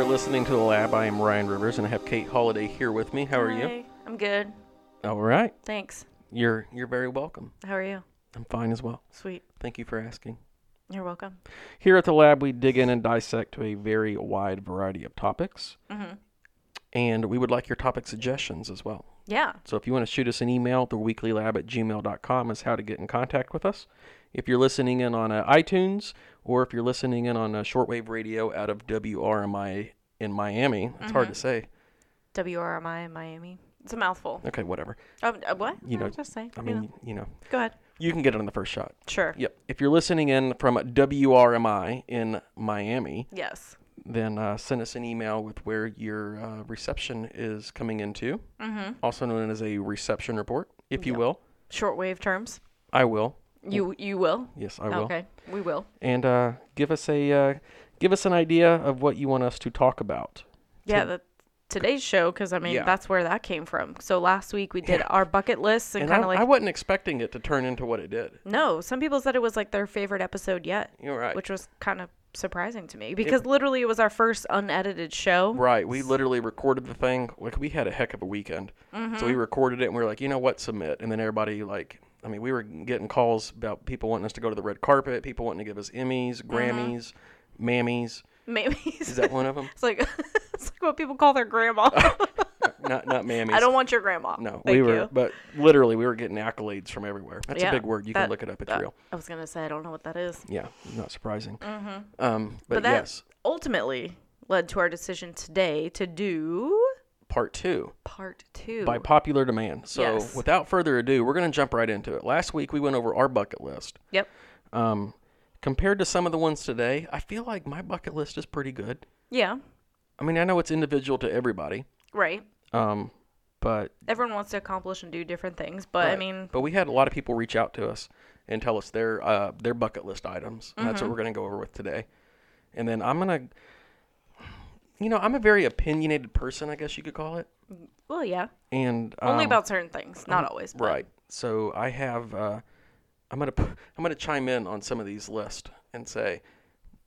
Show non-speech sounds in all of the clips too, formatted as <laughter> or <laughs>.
listening to the lab. I am Ryan Rivers, and I have Kate Holiday here with me. How are you? Hi, I'm good. All right. Thanks. You're you're very welcome. How are you? I'm fine as well. Sweet. Thank you for asking. You're welcome. Here at the lab, we dig in and dissect a very wide variety of topics, Mhm. and we would like your topic suggestions as well. Yeah. So if you want to shoot us an email, theweeklylab at gmail.com is how to get in contact with us. If you're listening in on uh, iTunes or if you're listening in on uh, shortwave radio out of WRMI in Miami, it's hard to say. WRMI Miami. It's a mouthful. Okay, whatever. Um, uh, what? You I know, was just saying. I you know. mean, you know, Go ahead. you can get it on the first shot. Sure. Yep. If you're listening in from WRMI in Miami, Yes. then uh, send us an email with where your uh, reception is coming into, Mm-hmm. also known as a reception report, if you Yep. will. Shortwave terms. I will. You you will. Yes, Mm. I will. Okay. We will. and uh, give us a uh, give us an idea of what you want us to talk about. Yeah. The, today's show, because I mean Yeah. that's where that came from. So last week we did Yeah. our bucket lists and, And I, kind of like I wasn't expecting it to turn into what it did. no. Some people said it was like their favorite episode yet, You're right. which was kind of surprising to me because literally it was our first unedited show. right. We literally recorded the thing. Like we had a heck of a weekend. So Mm-hmm. we recorded it and we were like, you know what, submit. And then everybody like, I mean, we were getting calls about people wanting us to go to the red carpet, people wanting to give us Emmys, Mm-hmm. Grammys, Mammies. Maybe Is that one of <laughs> them? It's like it's like what people call their grandma. <laughs> <laughs> not not Mammies. I don't want your grandma. No, Thank we were, you. but literally, we were getting accolades from everywhere. That's a Yeah, big word. You can that- look it up. It's that- real. I was gonna say I don't know what that is. Yeah, not surprising. Um, but, Mm-hmm. But that yes, ultimately led to our decision today to do part two part two. by popular demand. So Yes. without further ado, we're going to jump right into it. Last week we went over our bucket list. yep. Um, compared to some of the ones today, I feel like my bucket list is pretty good. Yeah. I mean, I know it's individual to everybody, Right. um, but Everyone wants to accomplish and do different things, but I Right. mean, but we had a lot of people reach out to us and tell us their uh, their bucket list items. And Mm-hmm. That's what we're going to go over with today. And then I'm going to, you know, I'm a very opinionated person, I guess you could call it. well, yeah. And Only um, about certain things, not always. But Right. So I have. Uh, I'm gonna. <laughs> p- I'm gonna chime in on some of these lists and say,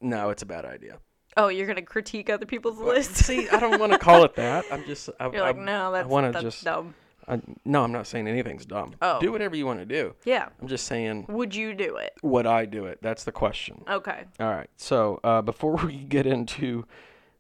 no, it's a bad idea. Oh, you're gonna critique other people's lists. <laughs> See, I don't want to call it that. I'm just. I, You're like, I- no, I that's, want to that's just. dumb. I, no, I'm not saying anything's dumb. Oh. Do whatever you want to do. Yeah. I'm just saying, Would you do it? would I do it? That's the question. Okay. All right. So uh, before <laughs> we get into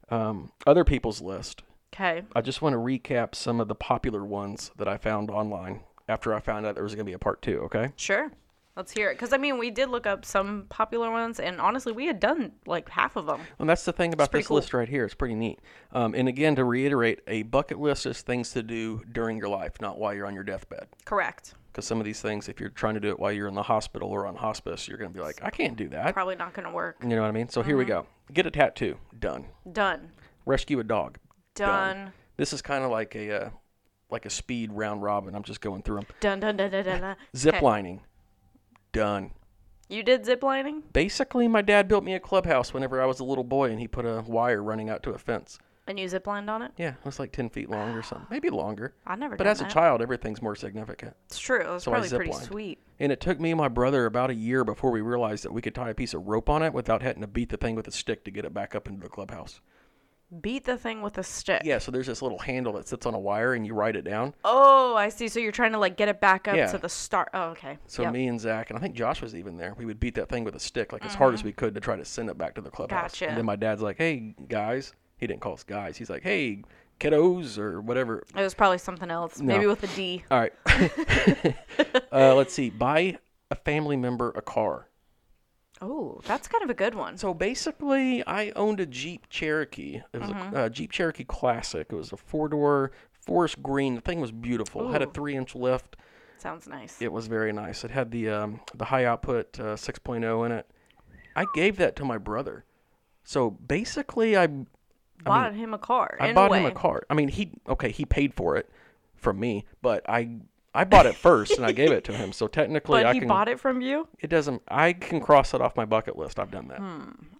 um, other people's list, Okay. I just want to recap some of the popular ones that I found online after I found out there was going to be a part two. Okay. Sure. Let's hear it. Because, I mean, we did look up some popular ones, and honestly, we had done like half of them. Well, that's the thing about pretty this cool. list right here. It's pretty neat. Um, and again, to reiterate, a bucket list is things to do during your life, not while you're on your deathbed. Correct. Because some of these things, if you're trying to do it while you're in the hospital or on hospice, you're going to be like, I can't do that. Probably Uh-huh. not going to work. You know what I mean? So here we go. Get a tattoo. Done. Done. Rescue a dog. Done. This is kind of like a uh, like a speed round robin. I'm just going through them. Done, done, done, done, <laughs> done. done. Zip 'Kay. lining. Done. You did zip lining, Basically, my dad built me a clubhouse whenever I was a little boy, and he put a wire running out to a fence. and you zip lined on it? Yeah, it was like 10 feet long or something, maybe longer. I never But done as a that. child, everything's more significant. It's true. It was So I probably pretty zip-lined. sweet. And it took me and my brother about a year before we realized that we could tie a piece of rope on it without having to beat the thing with a stick to get it back up into the clubhouse. Beat the thing with a stick. Yeah, so there's this little handle that sits on a wire and you write it down. Oh, I see. So you're trying to like get it back up Yeah. to the start. Oh, okay. So Yep. me and Zach, and I think Josh was even there, we would beat that thing with a stick like as hard as we could to try to send it back to the clubhouse. Mm-hmm. Gotcha. And then my dad's like, hey, guys. He didn't call us guys. He's like, hey, kiddos or whatever. It was probably something else. Maybe with a D. All <laughs> right. <laughs> uh, let's see. Buy a family member a car. Oh, that's kind of a good one. So basically, I owned a Jeep Cherokee. It was Mm-hmm. a uh, Jeep Cherokee Classic. It was a four door forest green. The thing was beautiful. It had a Ooh. three inch lift. Sounds nice. It was very nice. It had the um, the high output uh, 6.0 in it. I gave that to my brother. So basically, I bought him a car. I in bought a way. him a car. I mean, he okay, he paid for it from me, but I I bought it first and I gave it to him. <laughs> So technically, But I he can. bought it from you? it doesn't. I can cross it off my bucket list. I've done that.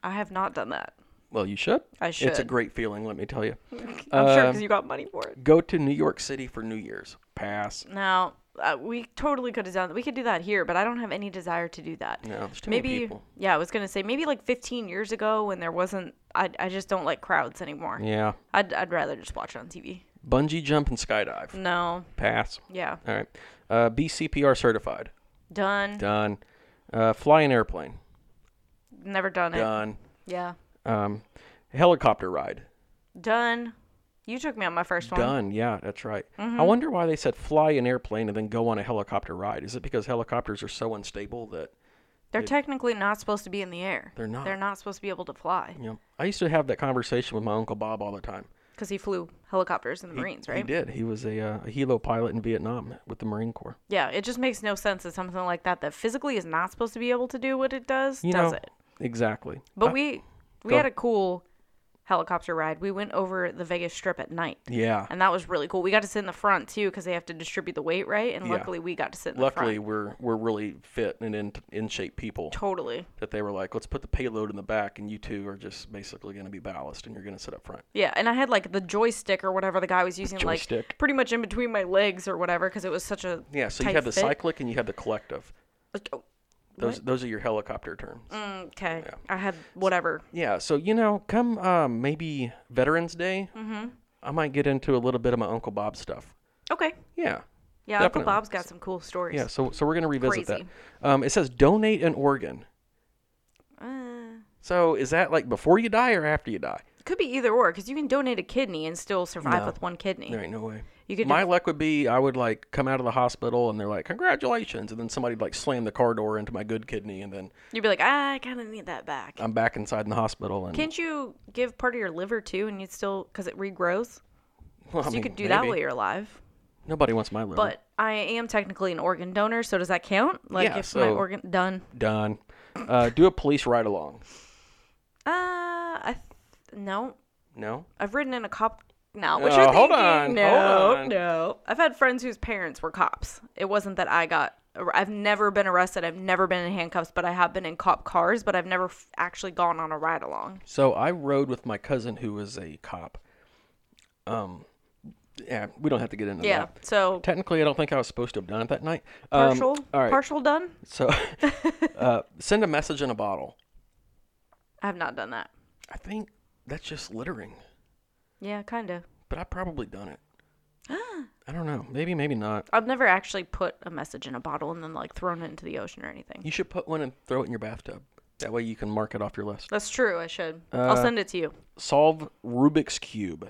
I have not done that. Well, you should. Hmm. I It's a should. great feeling, let me tell you. Um, I'm sure because you got money for it. Go to New York City for New Year's. Pass. Now, uh, we totally could have done that. We could do that here, but I don't have any desire to do that. No, there's too many maybe people. yeah, I was gonna say maybe like 15 years ago when there wasn't. I I just don't like crowds anymore. Yeah. I'd I'd rather just watch it on TV. Bungee jump and skydive. No, Pass. yeah, All right. Uh, be CPR certified. done. Done. Uh, fly an airplane. Never done it. Done. Yeah, Um, helicopter ride. done. You took me on my first one. Done. Yeah, that's right. Mm-hmm. I wonder why they said fly an airplane and then go on a helicopter ride. Is it because helicopters are so unstable that They're technically not supposed to be in the air. They're not. They're not supposed to be able to fly you know? I used to have that conversation with my uncle Bob all the time. because he flew helicopters in the Marines, He right? did. He was a, uh, a helo pilot in Vietnam with the Marine Corps. Yeah, it just makes no sense that something like that that physically is not supposed to be able to do what it does You does know, it. Exactly. But I- we we go had a cool helicopter ride. We went over the Vegas Strip at night, yeah. and that was really cool. We got to sit in the front too because they have to distribute the weight right, and Yeah. luckily we got to sit in Luckily, the front. we're we're really fit and in in shape people. Totally. That they were like, let's put the payload in the back, and you two are just basically going to be ballast, and you're going to sit up front. Yeah, and I had like the joystick or whatever the guy was using, Joystick. like pretty much in between my legs or whatever, because it was such a Yeah. So tight you have the fit. cyclic and you have the collective. Like, oh, Those those are your helicopter terms. Mm. Okay, I had whatever. Yeah, so you know, come um, maybe Veterans Day, Mm-hmm. I might get into a little bit of my Uncle Bob stuff. Okay, Yeah, yeah, Definitely. Uncle Bob's got some cool stories. yeah. So so we're gonna revisit Crazy. that. Um, it says donate an organ. Uh, So is that like before you die or after you die? it could be either or, because you can donate a kidney and still survive No. with one kidney. There ain't no way. You could My just- luck would be I would like come out of the hospital and they're like congratulations, and then somebody'd like slam the car door into my good kidney, and then You'd be like, I kind of need that back. I'm back inside in the hospital. And Can't you give part of your liver too, and you'd still because it regrows? Well, <laughs> I So you mean, could do that maybe. Mm-hmm. while you're alive. Nobody wants my liver. But I am technically an organ donor, so does that count? Like Yeah, if my so- organ done? done. Uh, do a police ride along. Uh, I th- no. No. I've ridden in a cop. No, what Uh, you're hold thinking? on, no, hold on. no. I've had friends whose parents were cops. It wasn't that I got. ar- I've never been arrested. I've never been in handcuffs, but I have been in cop cars. But I've never f- actually gone on a ride along. So I rode with my cousin who is a cop. Um, yeah, we don't have to get into Yeah. that. So Technically, I don't think I was supposed to have done it that night. Um, partial, all right. partial done. <laughs> so, uh, send a message in a bottle. I have not done that. I think that's just littering, Yeah, kind of. but I've probably done it. Ah. I don't know. Maybe, maybe not. I've never actually put a message in a bottle and then like thrown it into the ocean or anything. You should put one and throw it in your bathtub. That way you can mark it off your list. That's true. I should. Uh, I'll send it to you. Solve Rubik's Cube.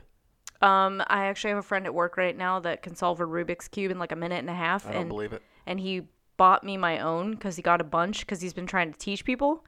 Um, I actually have a friend at work right now that can solve a Rubik's cube in like a minute and a half, I don't and believe it. and he bought me my own because he got a bunch because he's been trying to teach people,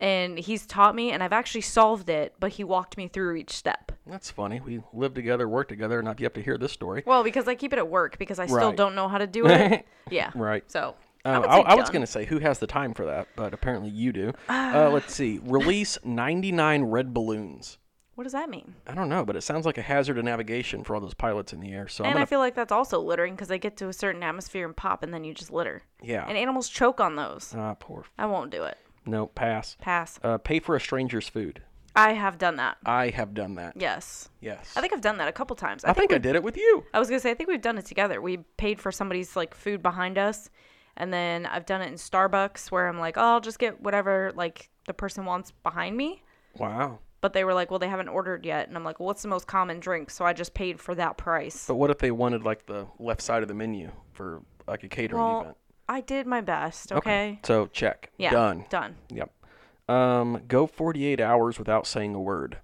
and he's taught me, and I've actually solved it, but he walked me through each step. That's funny. We lived together, worked together, and I've yet to hear this story. Well, because I keep it at work because I still Right. don't know how <laughs> to do it. yeah. Right. So Uh, would I, say I was done. Ah. going to say who has the time for that, but apparently you do. Uh, let's see. Release 99 red balloons. What does that mean? I don't know, but it sounds like a hazard of navigation for all those pilots in the air. So I'm and gonna, I feel like that's also littering because they get to a certain atmosphere and pop, and then you just litter. Yeah. And animals choke on those. ah poor. I won't do it. No pass. Pass. Uh, pay for a stranger's food. I have done that. I have done that. Yes. Yes. I think I've done that a couple times. I, I think, think I did it with you. I was gonna say I think we've done it together. We paid for somebody's like food behind us, and then I've done it in Starbucks where I'm like, oh, I'll just get whatever like the person wants behind me. Wow. But they were like, well, they haven't ordered yet, and I'm like, well, what's the most common drink? So I just paid for that price. But what if they wanted like the left side of the menu for like a catering Well, event? I did my best. Okay. So check. Yeah. Done. Done. Yep. Um, go 48 hours without saying a word.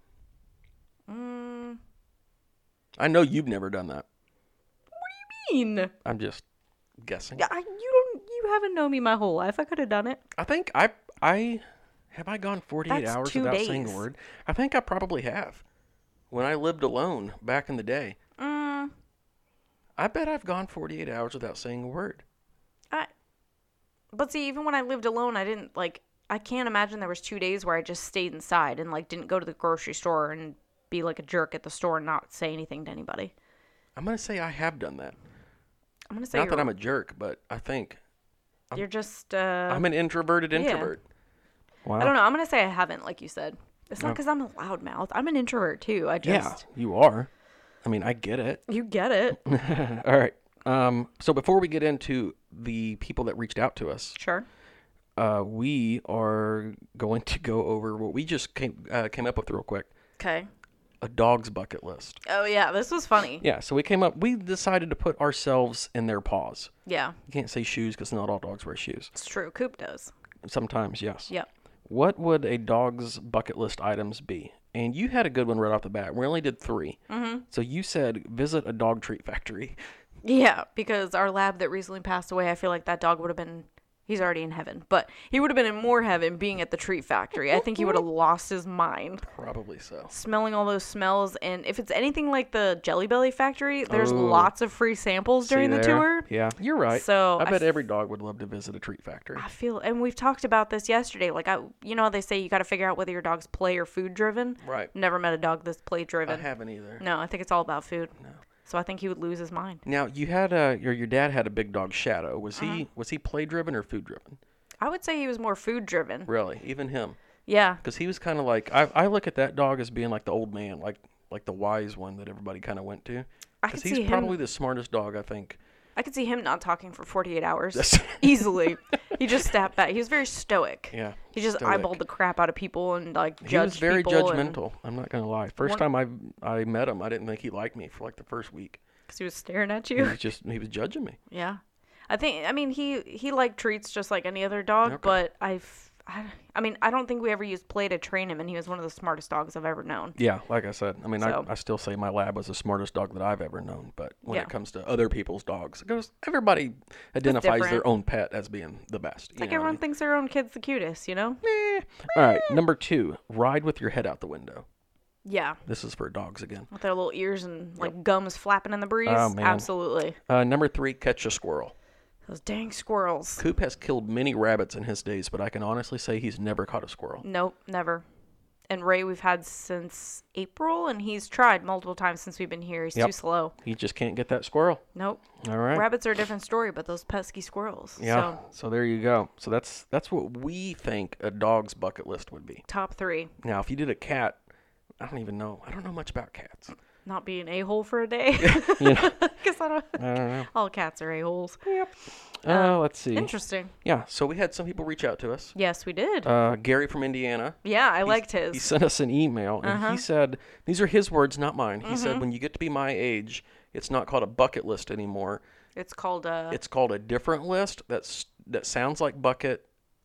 Mm. I know you've never done that. Mean. I'm just guessing. Yeah, I, you don't. You haven't known me my whole life. I could have done it. I think I I have I gone 48 That's hours two without saying a days. word. I think I probably have. When I lived alone back in the day, Mm, I bet I've gone 48 hours without saying a word. I. But see, even when I lived alone, I didn't like. I can't imagine there was two days where I just stayed inside and like didn't go to the grocery store and be like a jerk at the store and not say anything to anybody. I'm gonna say I have done that. I'm gonna say Not that you're, I'm a jerk, but I think you're just. Uh, I'm an introverted introvert. Wow. I don't know. I'm gonna say I haven't, like you said. It's not because I'm a loudmouth. I'm an introvert too. I yeah, just. you are. I mean, I get it. <laughs> You get it. All right. Um, so before we get into the people that reached out to us, Sure. uh, we are going to go over what we just came uh, came up with real quick: Okay. a dog's bucket list. Oh yeah, this was funny. Yeah. So we came up. We decided to put ourselves in their paws. Yeah, You can't say shoes because not all dogs wear shoes. it's true. Coop does. Sometimes, yes. Yep. What would a dog's bucket list items be? And you had a good one right off the bat. We only did 3 Mm-hmm. So you said visit a dog treat factory. <laughs> Yeah, because our lab that recently passed away, I feel like that dog would have been. He's already in heaven, but he would have been in more heaven being at the treat factory. I think he <laughs> would have lost his mind Probably so. smelling all those smells. And if it's anything like the Jelly Belly factory, there's Oh. lots of free samples during See the there? tour. Yeah, you're right. So, I I bet f- every dog would love to visit a treat factory. I feel, and we've talked about this yesterday. Like I, you know, how they say you got to figure out whether your dog's play or food driven. <laughs> Right. Never met a dog that's play I driven. haven't either. no, I think it's all about food. No. So I think he would lose his mind. Now you had uh your your dad had a big dog Shadow. Was Mm-hmm. he was he play driven or food driven? I would say he was more food driven. Really, even him, Yeah. because he was kind of like I I look at that dog as being like the old man, like like the wise one that everybody kind of went to. I Because could he's see him- probably the smartest dog I think. I could see him not talking for 48 hours That's- <laughs> easily. He just snapped back. He was very stoic. Yeah, He just stoic. eyeballed the crap out of people and like judged He was very people and- judgmental. I'm not gonna lie. First time I I met him, I didn't think he liked me for like the first week. 'cause he was staring at He you. was just he was judging me. yeah. I think I mean he he like treats just like any other dog, but I've I, I mean I don't think we ever used play to train him and he was one of the smartest dogs I've ever known. Yeah, like I said, I mean, So- I, I still say my lab was the smartest dog that I've ever known. But when Yeah. it comes to other people's dogs, it goes everybody identifies different. their own pet as being the best. you know Like what I everyone thinks their own kid's the cutest, you know? mean? Eh. All right, number two, ride with your head out the window. Yeah. This is for dogs again. With their little ears and like gums flapping in the breeze. Oh, man. Absolutely. Uh, number three, catch a squirrel. Those dang squirrels. Coop has killed many rabbits in his days, but I can honestly say he's never caught a squirrel. Nope, never. And Ray, we've had since April, and he's tried multiple times since we've been here. He's too Yep. slow. He just can't get that squirrel. Nope. All right. Rabbits are a different story, but those pesky squirrels. yeah. So, so there you go. So that's that's what we think a dog's bucket list would be. top three. Now, if you did a cat, I don't even know. I don't know much about cats. Not be an a hole for <laughs> a day. <laughs> Because I don't. <laughs> I don't know. All cats are a holes. Oh, let's see. Interesting. Yeah, so we had some people reach out to us. Yes, we did. Uh, Gary from Indiana. yeah, I liked He his. sent us an email and he said, these are his words, not mine. He said, when you get to be my age, it's not called a bucket list anymore. It's called uh, It's called a different list that's that sounds like bucket.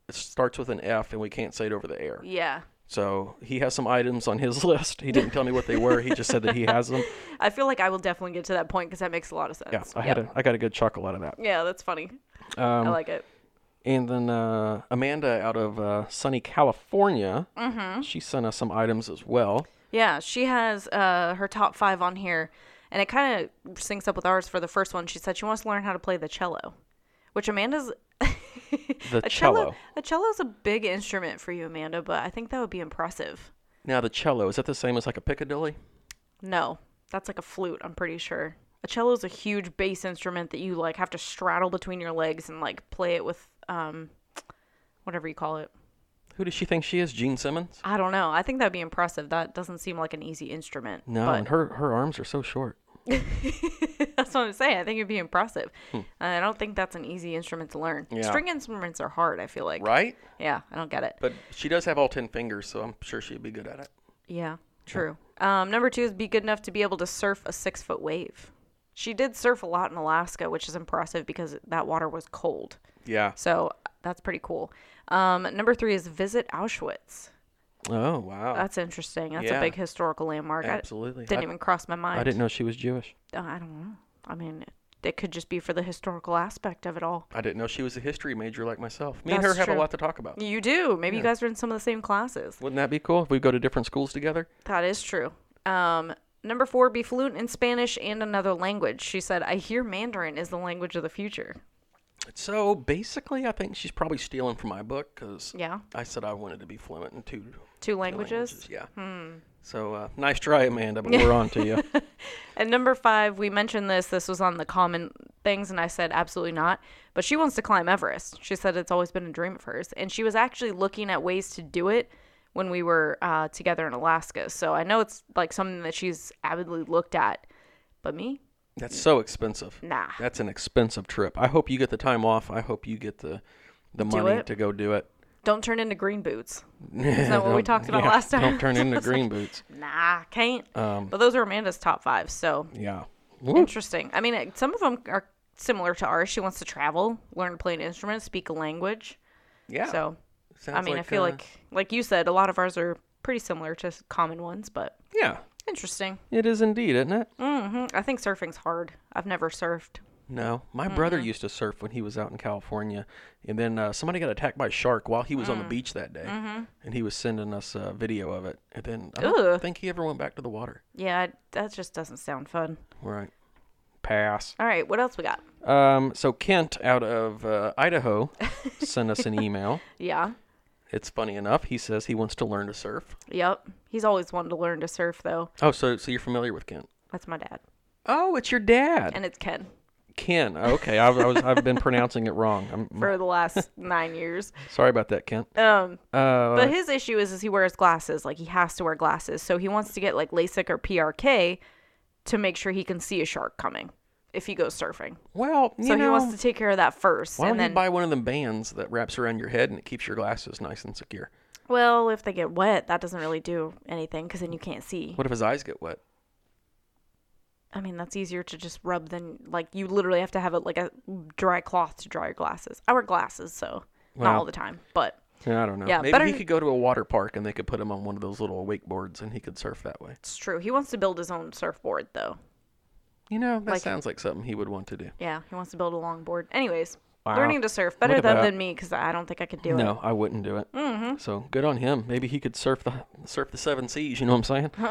It starts with an F and we can't say it over the air. yeah. So he has some items on his <laughs> list. He didn't tell me what they were. He just said that he has <laughs> them. I feel like I will definitely get to that point because that makes a lot of sense. Yeah, I had a, I got a good chuckle out of that. Um, Yeah, that's funny. I like it. And then uh, Amanda out of uh, sunny California, she sent us some items as well. Yeah, she has uh, her top five on here, and it kind of syncs up with ours for the first one. She said she wants to learn how to play the cello, which Amanda's. <laughs> The a cello. A cello's a big instrument for you, Amanda, but I think that would be impressive. Now the cello is that the same as like a piccadilly? No, that's like a flute. I'm pretty sure a cello's a huge bass instrument that you like have to straddle between your legs and like play it with um, whatever you call it. Who does she think she is? Gene Simmons? I don't know. I think that'd be impressive. That doesn't seem like an easy instrument. No, but- and her her arms are so short. That's what I'm saying. I think it'd be impressive. I don't think that's an easy instrument to learn. Hmm. Yeah. String instruments are hard, I feel like. Right? Yeah, I don't get it. But she does have all ten fingers, so I'm sure she'd be good at it. Yeah, true. Um, number two is be good enough to be able to surf a six foot wave. She did surf a lot in Alaska, which is impressive because that water was cold. Yeah. So that's pretty cool. Um, number three is visit Auschwitz. Oh wow. That's interesting. That's a Yeah. big historical landmark. I- Absolutely. didn't I, even cross my mind. I didn't know she was Jewish. Uh, I don't know. I mean, it, it could just be for the historical aspect of it all. I didn't know she was a history major like myself. Me and her That's have a true. lot to talk about. You do. Maybe you guys are in some of the same classes. Wouldn't that be cool if we go to different schools together? That is true. Um, number four, be fluent in Spanish and another language. She said, I hear Mandarin is the language of the future. So basically, I think she's probably stealing from my book because Yeah. I said I wanted to be fluent in two Two languages. Yeah. Hmm. So uh, nice try, Amanda, but we're on to <laughs> you. And number five, we mentioned this. This was on the common things, and I said, absolutely not. But she wants to climb Everest. She said it's always been a dream of hers. And she was actually looking at ways to do it when we were uh, together in Alaska. So I know it's like something that she's avidly looked at. But me, That's so expensive. Nah. That's an expensive trip. I hope you get the time off. I hope you get the the money it. to go do it. Don't turn into green boots. Is that <laughs> what we talked about last time? Don't turn <laughs> into green boots. Nah, can't. Um, but those are Amanda's top five, so Yeah. interesting. I mean, it- some of them are similar to ours. She wants to travel, learn to play an instrument, speak a language. Yeah. So, Sounds I mean, I feel uh, like, like you said, a lot of ours are pretty similar to s- common ones, but Yeah. interesting. It is indeed, isn't it? hmm I think surfing's hard. I've never surfed. No. My brother Mm-hmm. used to surf when he was out in California, and then uh, somebody got attacked by a shark while he was Mm. on the beach that day, and he was sending us a video of it. And then I don't Mm-hmm. Ugh. think he ever went back to the water. Yeah, I- that just doesn't sound fun. Right. Pass. All right, what else we got? Um, so Kent out of uh, <laughs> Idaho sent us an email. Yeah. It's funny enough. He says he wants to learn to surf. Yep. He's always wanted to learn to surf, though. Oh, so so you're familiar with Kent? That's my dad. Oh, it's your dad, And it's Ken Ken. Okay, I, I was I've <laughs> been pronouncing it wrong. I'm <laughs> for the last nine years. sorry about that, Kent. Um, Uh, but his issue is, is he wears glasses. Like, he has to wear glasses. So he wants to get, like, LASIK or PRK to make sure he can see a shark coming if he goes surfing. well, you So know, he wants to take care of that first. why don't And then, you buy one of them bands that wraps around your head and it keeps your glasses nice and secure? well, if they get wet, that doesn't really do anything because then you can't see. What if his eyes get wet? I mean, that's easier to just rub than like you literally have to have a, like a dry cloth to dry your glasses. I wear glasses, so not Wow. all the time, but Yeah, I don't know. Yeah, Maybe better- he could go to a water park and they could put him on one of those little wakeboards and he could surf that way. it's true. He wants to build his own surfboard, though. You know, that Like- sounds like something he would want to do. Yeah, he wants to build a longboard. Anyways, Wow. learning to surf better Look at than, that. than me because I don't think I could do it. No, I wouldn't do it. Mm-hmm. So good on him. Maybe he could surf the surf the seven seas. You know what I'm <laughs> saying?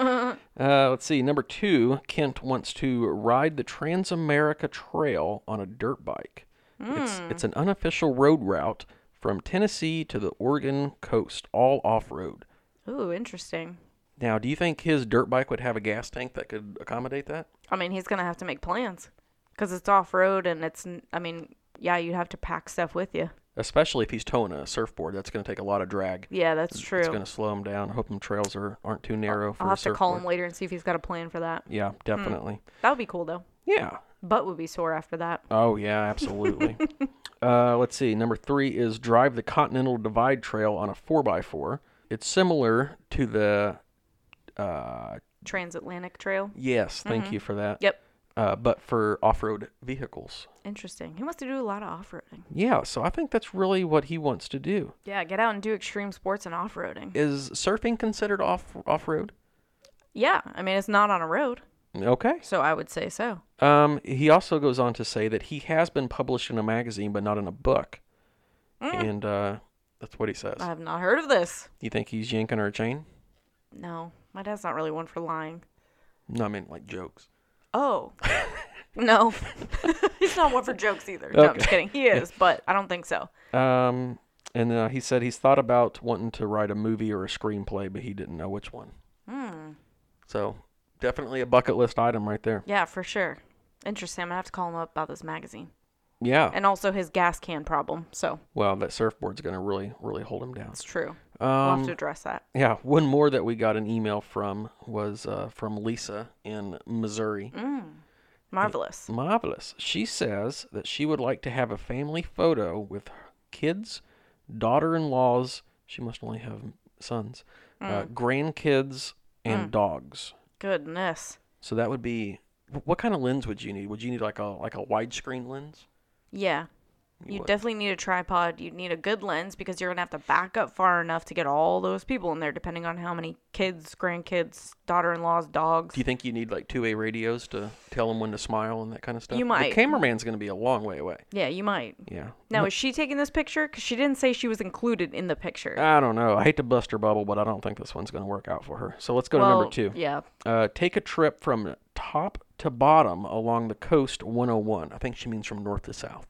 uh, let's see. Number two, Kent wants to ride the Transamerica Trail on a dirt bike. It's Hmm. it's an unofficial road route from Tennessee to the Oregon coast, all off road. Ooh, interesting. Now, do you think his dirt bike would have a gas tank that could accommodate that? I mean, he's gonna have to make plans because it's off road and it's. n- I mean, yeah, you'd have to pack stuff with you. Especially if he's towing a surfboard, that's going to take a lot of drag. Yeah, that's It's true. going to slow him down. I hope them trails are aren't too narrow for I'll a have to call surfboard. him Hmm. later and see if he's got a plan for that. Yeah, definitely. That would be cool though. Yeah, Butt would be sore after that. Oh yeah, absolutely. uh, let's see. Number three is drive the Continental Divide Trail on a four x four. It's similar to the. Uh, Transatlantic Trail. yes, thank you for that. Yep. Uh, but for off-road vehicles. Interesting. He wants to do a lot of off roading. Yeah, so I think that's really what he wants to do. Yeah, get out and do extreme sports and off roading. Is surfing considered off off-road? Yeah, I mean, it's not on a road, Okay. so I would say so. Um, he also goes on to say that he has been published in a magazine, but not in a book. And uh, that's what he says. I have not heard of this. you think he's yanking her chain? No, my dad's not really one for lying. No, I mean like jokes. <laughs> Oh. no. <laughs> He's not one for jokes either. No, I'm just kidding. He is, but I don't think so. Um, and uh, he said he's thought about wanting to write a movie or a screenplay, but he didn't know which one. Hmm. So definitely a bucket list item right there. Yeah, for sure. Interesting. I'm going to have to call him up about this magazine Yeah. and also his gas can problem. So well, that surfboard's gonna really, really hold him down. it's true. we'll have Um, to address that. yeah. One more that we got an email from was uh, from Lisa in Missouri. Mm. Marvelous. Marvelous. She says that she would like to have a family photo with her kids, daughter-in-laws. She must only have sons, uh, Hmm. grandkids, and dogs. Goodness. So that would be wh- what kind of lens would you need? Would you need like a like a widescreen lens? Yeah. You would. definitely need a tripod. You need a good lens because you're going to have to back up far enough to get all those people in there, depending on how many kids, grandkids, daughter in laws, dogs. Do you think you need like two way radios to tell them when to smile and that kind of stuff? You might. The cameraman's going to be a long way away. yeah, you might. Yeah. Now, is she taking this picture? Because she didn't say she was included in the picture. I don't know. I hate to bust her bubble, but I don't think this one's going to work out for her. So let's go to well, number two. Yeah. Uh, take a trip from top to bottom along the coast 101. I think she means from north to south.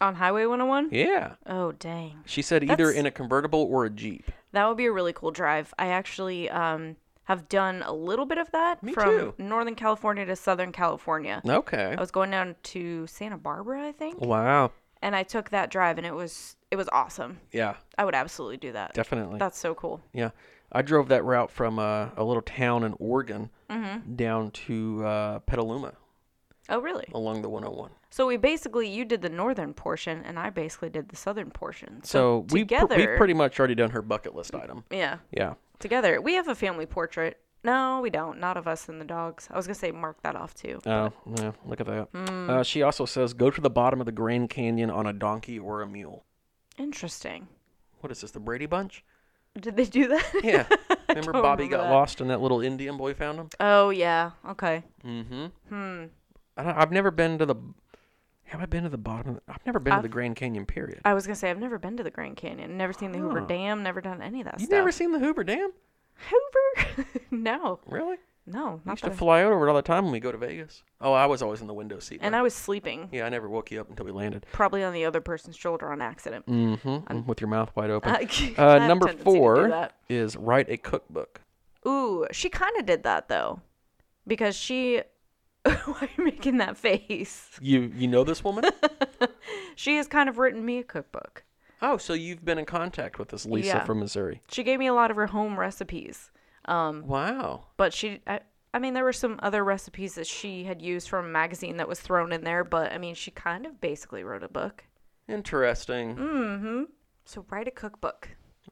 On Highway 101? Yeah. Oh, dang. She said either That's- in a convertible or a Jeep. That would be a really cool drive. I actually um, have done a little bit of that Me from too. Northern California to Southern California. Okay. Oh. I was going down to Santa Barbara, I think, Wow. and I took that drive, and it was it was awesome. Yeah, I would absolutely do that. definitely. That's so cool. Yeah, I drove that route Mm-hmm. from uh, a little town in Oregon down to uh, Petaluma. Oh, really? along the 101. So we basically you did the northern portion and I basically did the southern portion. So, we pr- together, we've pretty much already done her bucket list item. yeah, Yeah. together we have a family portrait. No, we don't. Not of us and the dogs. I was gonna say mark that off too. Hmm. Oh, yeah. Look at that. Mm. Uh, she also says go to the bottom of the Grand Canyon on a donkey or a mule. Interesting. What is this, the Brady Bunch? Did they do that? Yeah. <laughs> I Remember don't Bobby remember got that. lost and that little Indian boy found him? Oh yeah. Okay. Mm hmm. Hmm. I don't, I've never been to the. Have I been to the bottom? Of the, I've never been I've- to the Grand Canyon. Period. I was gonna say I've never been to the Grand Canyon. Never seen the Hoover Huh. Dam. Never done any of that You've stuff. Oh. never seen the Hoover Dam? Hoover? <laughs> no, Really? no, I not used to that. I- fly over it all the time when we go to Vegas. Oh, I was always in the window seat. and right? I was sleeping, yeah, I never woke you up until we landed. probably on the other person's shoulder on accident. Mm-hmm. With your mouth wide open. <laughs> I have Uh, a number tendency to do four that. is write a cookbook. Ooh, she kind of did that though, because she. <laughs> Why are you making that face? You you know this <laughs> woman? She has kind of written me a cookbook. oh, so you've been in contact with this Lisa Yeah. from Missouri. She gave me a lot of her home recipes. Um, Wow. but she, I, I mean, there were some other recipes that she had used from a magazine that was thrown in there. But I mean, she kind of basically wrote a book. Interesting. Mm. Mm-hmm. So write a cookbook.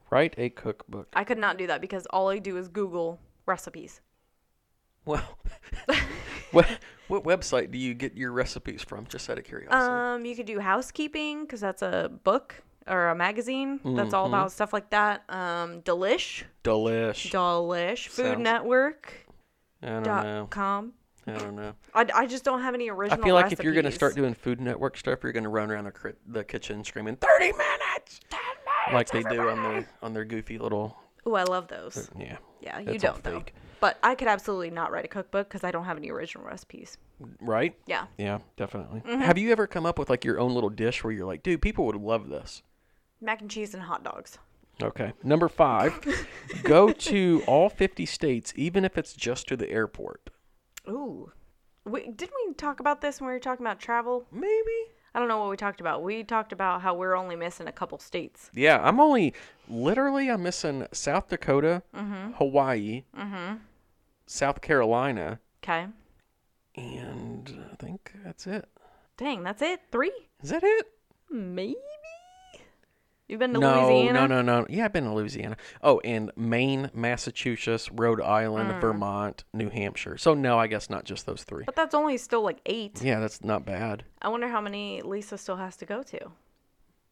Write a cookbook. I could not do that because all I do is Google recipes. <laughs> Well, <laughs> what what website do you get your recipes from? Just out of curiosity. Um, you could do housekeeping because that's a book or a magazine that's Mm-hmm. all about stuff like that. Um, Delish, Delish. Delish, Food Sounds- Network I don't know. dot com. I don't know. I, I just don't have any I original. feel like if you're going to recipes. start doing Food Network stuff, you're going to run around the, cri- the kitchen screaming 30 minutes, 10 minutes, like they do on their on their goofy little Ooh, I love those. yeah. Yeah, you it's all don't though. fake. But I could absolutely not write a cookbook because I don't have any original recipes. Right? Yeah. Yeah, definitely. Have you ever come up with like your own little dish where you're like, dude, people would love this? Mac and cheese and hot dogs. Okay. Number five, go to all 50 states, even if it's just to the airport. Ooh. We, didn't we talk about this when we were talking about travel? Maybe. I don't know what we talked about. We talked about how we're only missing a couple states. Yeah, I'm only literally I'm missing South Dakota, Hawaii, South Carolina, Okay. and I think that's it. Dang, that's it? Three? Is that it? Maybe? You've been to no, Louisiana? no, no, no. Yeah, I've been to Louisiana. Oh, and Maine, Massachusetts, Rhode Island, Vermont, New Hampshire. So no, I guess not just those three. Mm. But that's only still like eight. Yeah, that's not bad. I wonder how many Lisa still has to go to.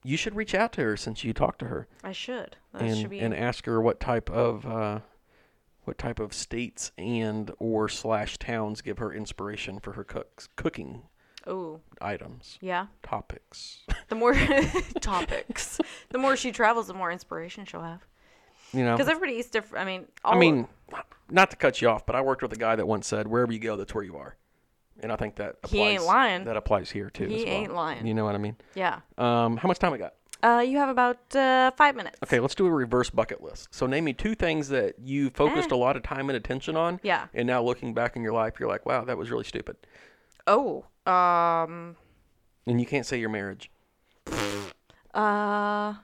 You should reach out to her since you talked to her I should. That and, should be. and ask her what type of uh, what type of states and or slash towns give her inspiration for her cooks cooking oh, items yeah. topics. <laughs> The more <laughs> topics, the more she travels, the more inspiration she'll have. You know, Because everybody eats different. I mean, all I mean, not to cut you off, but I worked with a guy that once said, "Wherever you go, that's where you are," and I think that applies, He ain't lying. That applies here too. He as well. ain't lying. You know what I mean? yeah. Um, how much time we got? Uh, you have about uh, five minutes. Okay, let's do a reverse bucket list. So, name me two things that you focused a lot of time and attention on. Eh. Yeah. And now looking back in your life, you're like, "Wow, that was really stupid," Oh, um, and you can't say your marriage. uh,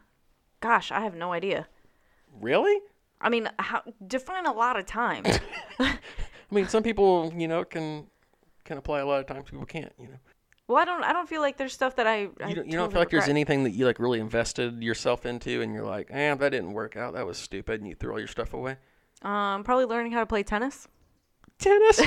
gosh, I have no idea. Really? I mean, how define a lot <laughs> of time? I mean, some people, you know, can can apply a lot of times. People can't. You know, well, I don't. I don't feel like there's stuff that I. You you don't, you don't feel like there's anything that you like really invested yourself into, and you're like, "Eh, that didn't work out. That was stupid," and you threw all your stuff away. Um, probably learning how to play tennis. <laughs> tennis.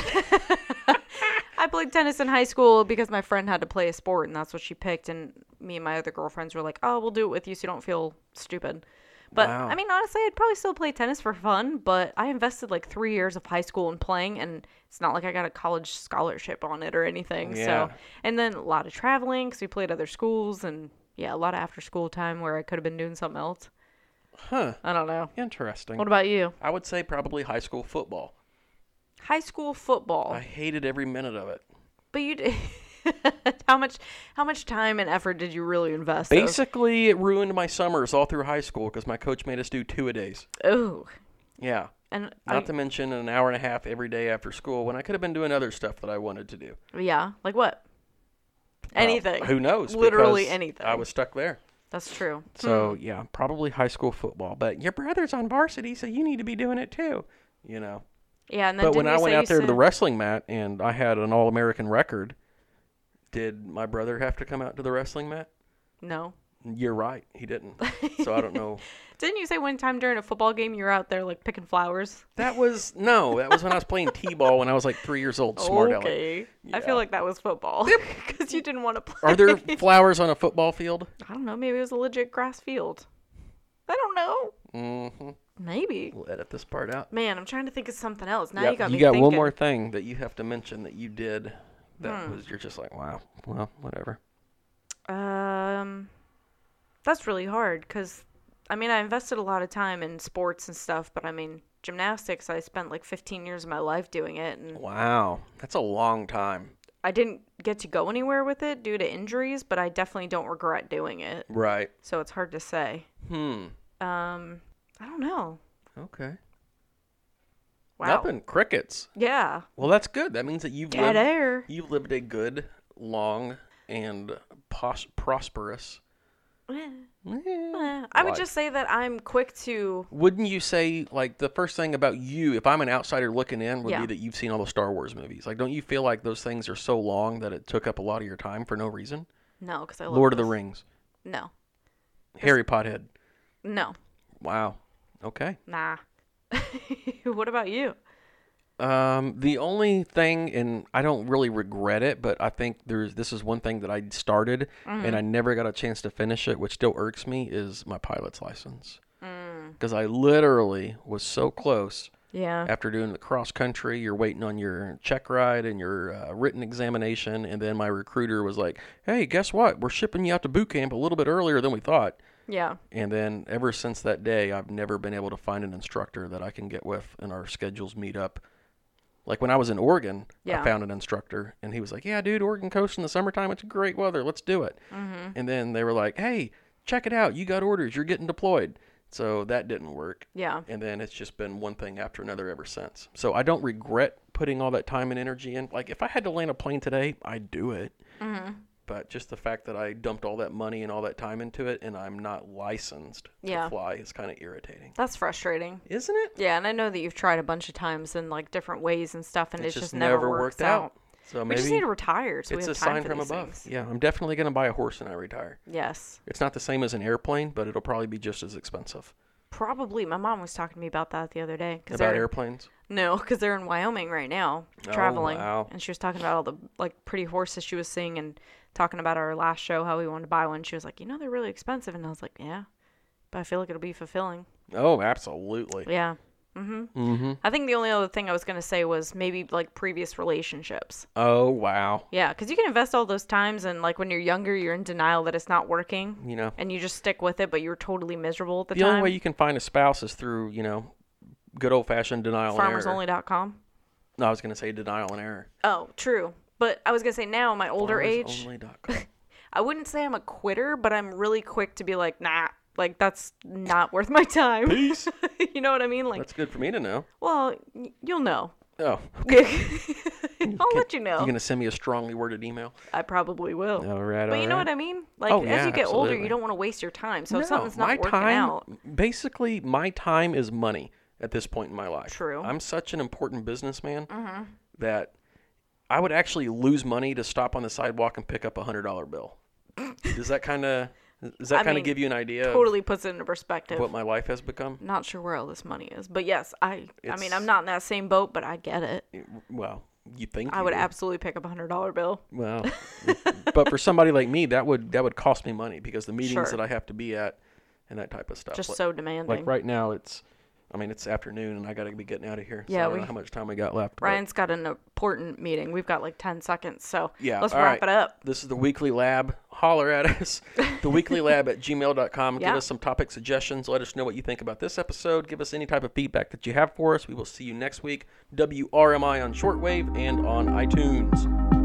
I played tennis in high school because my friend had to play a sport, and that's what she picked. And me and my other girlfriends were like, "Oh, we'll do it with you, so you don't feel stupid." But Wow. I mean, honestly, I'd probably still play tennis for fun. But I invested like three years of high school in playing, and it's not like I got a college scholarship on it or anything. Yeah. So, and then a lot of traveling because we played other schools, and yeah, a lot of after school time where I could have been doing something else. huh. I don't know. Interesting. What about you? I would say probably high school football. High school football. I hated every minute of it. But you did. <laughs> how much how much time and effort did you really invest? Basically, it ruined my summers all through high school because my coach made us do two a days. Oh, Yeah. and Not to mention an hour and a half every day after school when I could have been doing other stuff that I wanted to do. I, yeah, like what? Well, Anything. who knows? Literally because anything. Hmm. I was stuck there. That's true. So, yeah, probably high school football. But your brother's on varsity, so you need to be doing it too. You know. Yeah, and then But when didn't I you went say out you there to the said- wrestling mat and I had an All American record, Did my brother have to come out to the wrestling mat? No. You're right. He didn't. So I don't <laughs> know. Didn't you say one time during a football game you were out there like picking flowers? That was no. That was when I was playing t-ball when I was like three years old. Smart aleck. okay. I Yeah. feel like that was football <laughs> because you didn't want to play. Are <laughs> there flowers on a football field? I don't know. Maybe it was a legit grass field. I don't know. Mm-hmm. Maybe. We'll edit this part out. Man, I'm trying to think of something else. Now Yeah, you got me one thinking. Hmm. more thing that you have to mention that you did. That was you're just like wow. Well, whatever. Um, that's really hard because, I mean, I invested a lot of time in sports and stuff, but I mean, gymnastics. I spent like 15 years of my life doing it, and Wow, that's a long time. I didn't get to go anywhere with it due to injuries. But I definitely don't regret doing it, Right. so it's hard to say. Hmm. Um, I don't know. Okay. Wow. Nothing. Crickets. Yeah. Well, that's good. That means that you've Dead lived, air. you've lived a good, long, and pos- prosperous. Eh, I would Life. just say that I'm quick to. Wouldn't you say like the first thing about you, if I'm an outsider looking in, would Yeah. be that you've seen all the Star Wars movies? Like, don't you feel like those things are so long that it took up a lot of your time for no reason? No, because I love Lord of the this. Rings, No, Harry Pothead. no, Wow. Okay. nah. <laughs> what about you? Um, the only thing, and I don't really regret it, but I think there's this is one thing that I started and I never got a chance to finish it, which still irks me, is my pilot's license. Because I literally was so close Yeah. after doing the cross country. You're waiting on your check ride and your uh, written examination, and then my recruiter was like, "Hey, guess what? We're shipping you out to boot camp a little bit earlier than we thought." Yeah. And then ever since that day, I've never been able to find an instructor that I can get with and our schedules meet up. Like when I was in Oregon, I Yeah. found an instructor and he was like, Yeah, dude, Oregon coast in the summertime, it's great weather. Let's do it. And then they were like, Hey, check it out. You got orders. You're getting deployed. So that didn't work. Yeah. And then it's just been one thing after another ever since. So I don't regret putting all that time and energy in. Like if I had to land a plane today, I'd do it. Mm-hmm. But just the fact that I dumped all that money and all that time into it and I'm not licensed to Yeah. fly is kind of irritating. That's frustrating. Isn't it? Yeah, and I know that you've tried a bunch of times in like different ways and stuff, and It it's just, never, worked out. So We maybe just need to retire so it's we a have time sign for from these above. things. Yeah, I'm definitely going to buy a horse when I retire. Yes, It's not the same as an airplane, but it'll probably be just as expensive. probably. My mom was talking to me about that the other day because about they're airplanes? <laughs> no, because they're in Wyoming right now traveling, wow. and she was talking about all the like pretty horses she was seeing and talking about our last show how we wanted to buy one. She was like, you know, they're really expensive, and I was like, yeah, but I feel like it'll be fulfilling. Oh, absolutely. Yeah. Mhm. Mm-hmm. Mhm. I think the only other thing I was gonna say was maybe like previous relationships. Oh, wow. Yeah, because you can invest all those times, and like when you're younger, you're in denial that it's not working, You know, and you just stick with it, but you're totally miserable at the, The time. only way you can find a spouse is through, you know, good old fashioned denial and error. FarmersOnly.com. No, I was going to say denial and error. Oh, true. But I was gonna say now, my older age, FarmersOnly.com. I wouldn't say I'm a quitter, but I'm really quick to be like, nah, like that's not <laughs> worth my time. Peace. <laughs> you know what I mean? Like, That's good for me to know. well, y- you'll know. <laughs> Oh, I'll let you know. you're going to send me a strongly worded email? I probably will. All right. But you know what I mean? Like Oh, as yeah, you get older, absolutely. you don't want to waste your time. So no, if something's not my working time, out, Basically, my time is money at this point in my life. True. Mm-hmm. I'm such an important businessman that I would actually lose money to stop on the sidewalk and pick up a $100 <laughs> bill. Does that kind of. Does that I kind of mean, give you an idea of totally puts it into perspective. what my life has become? not sure where all this money is, but yes, I I mean It's- I'm not in that same boat, but I get it. Well, you think I you would do. absolutely pick up a hundred dollar bill. <laughs> Well, but for somebody like me, that would that would cost me money because the meetings Sure. that I have to be at and that type of stuff. Just like, so demanding. like right now, it's I mean it's afternoon and I got to be getting out of here. so I Yeah, don't know we- how much time we got left. but Ryan's got an important meeting. We've got like ten seconds, so Yeah, let's all wrap right. it up. This is the weekly lab. Holler at <laughs> us. The weekly lab at gmail.com. Yeah. Give us some topic suggestions. Let us know what you think about this episode. Give us any type of feedback that you have for us. We will see you next week. WRMI on shortwave and on iTunes.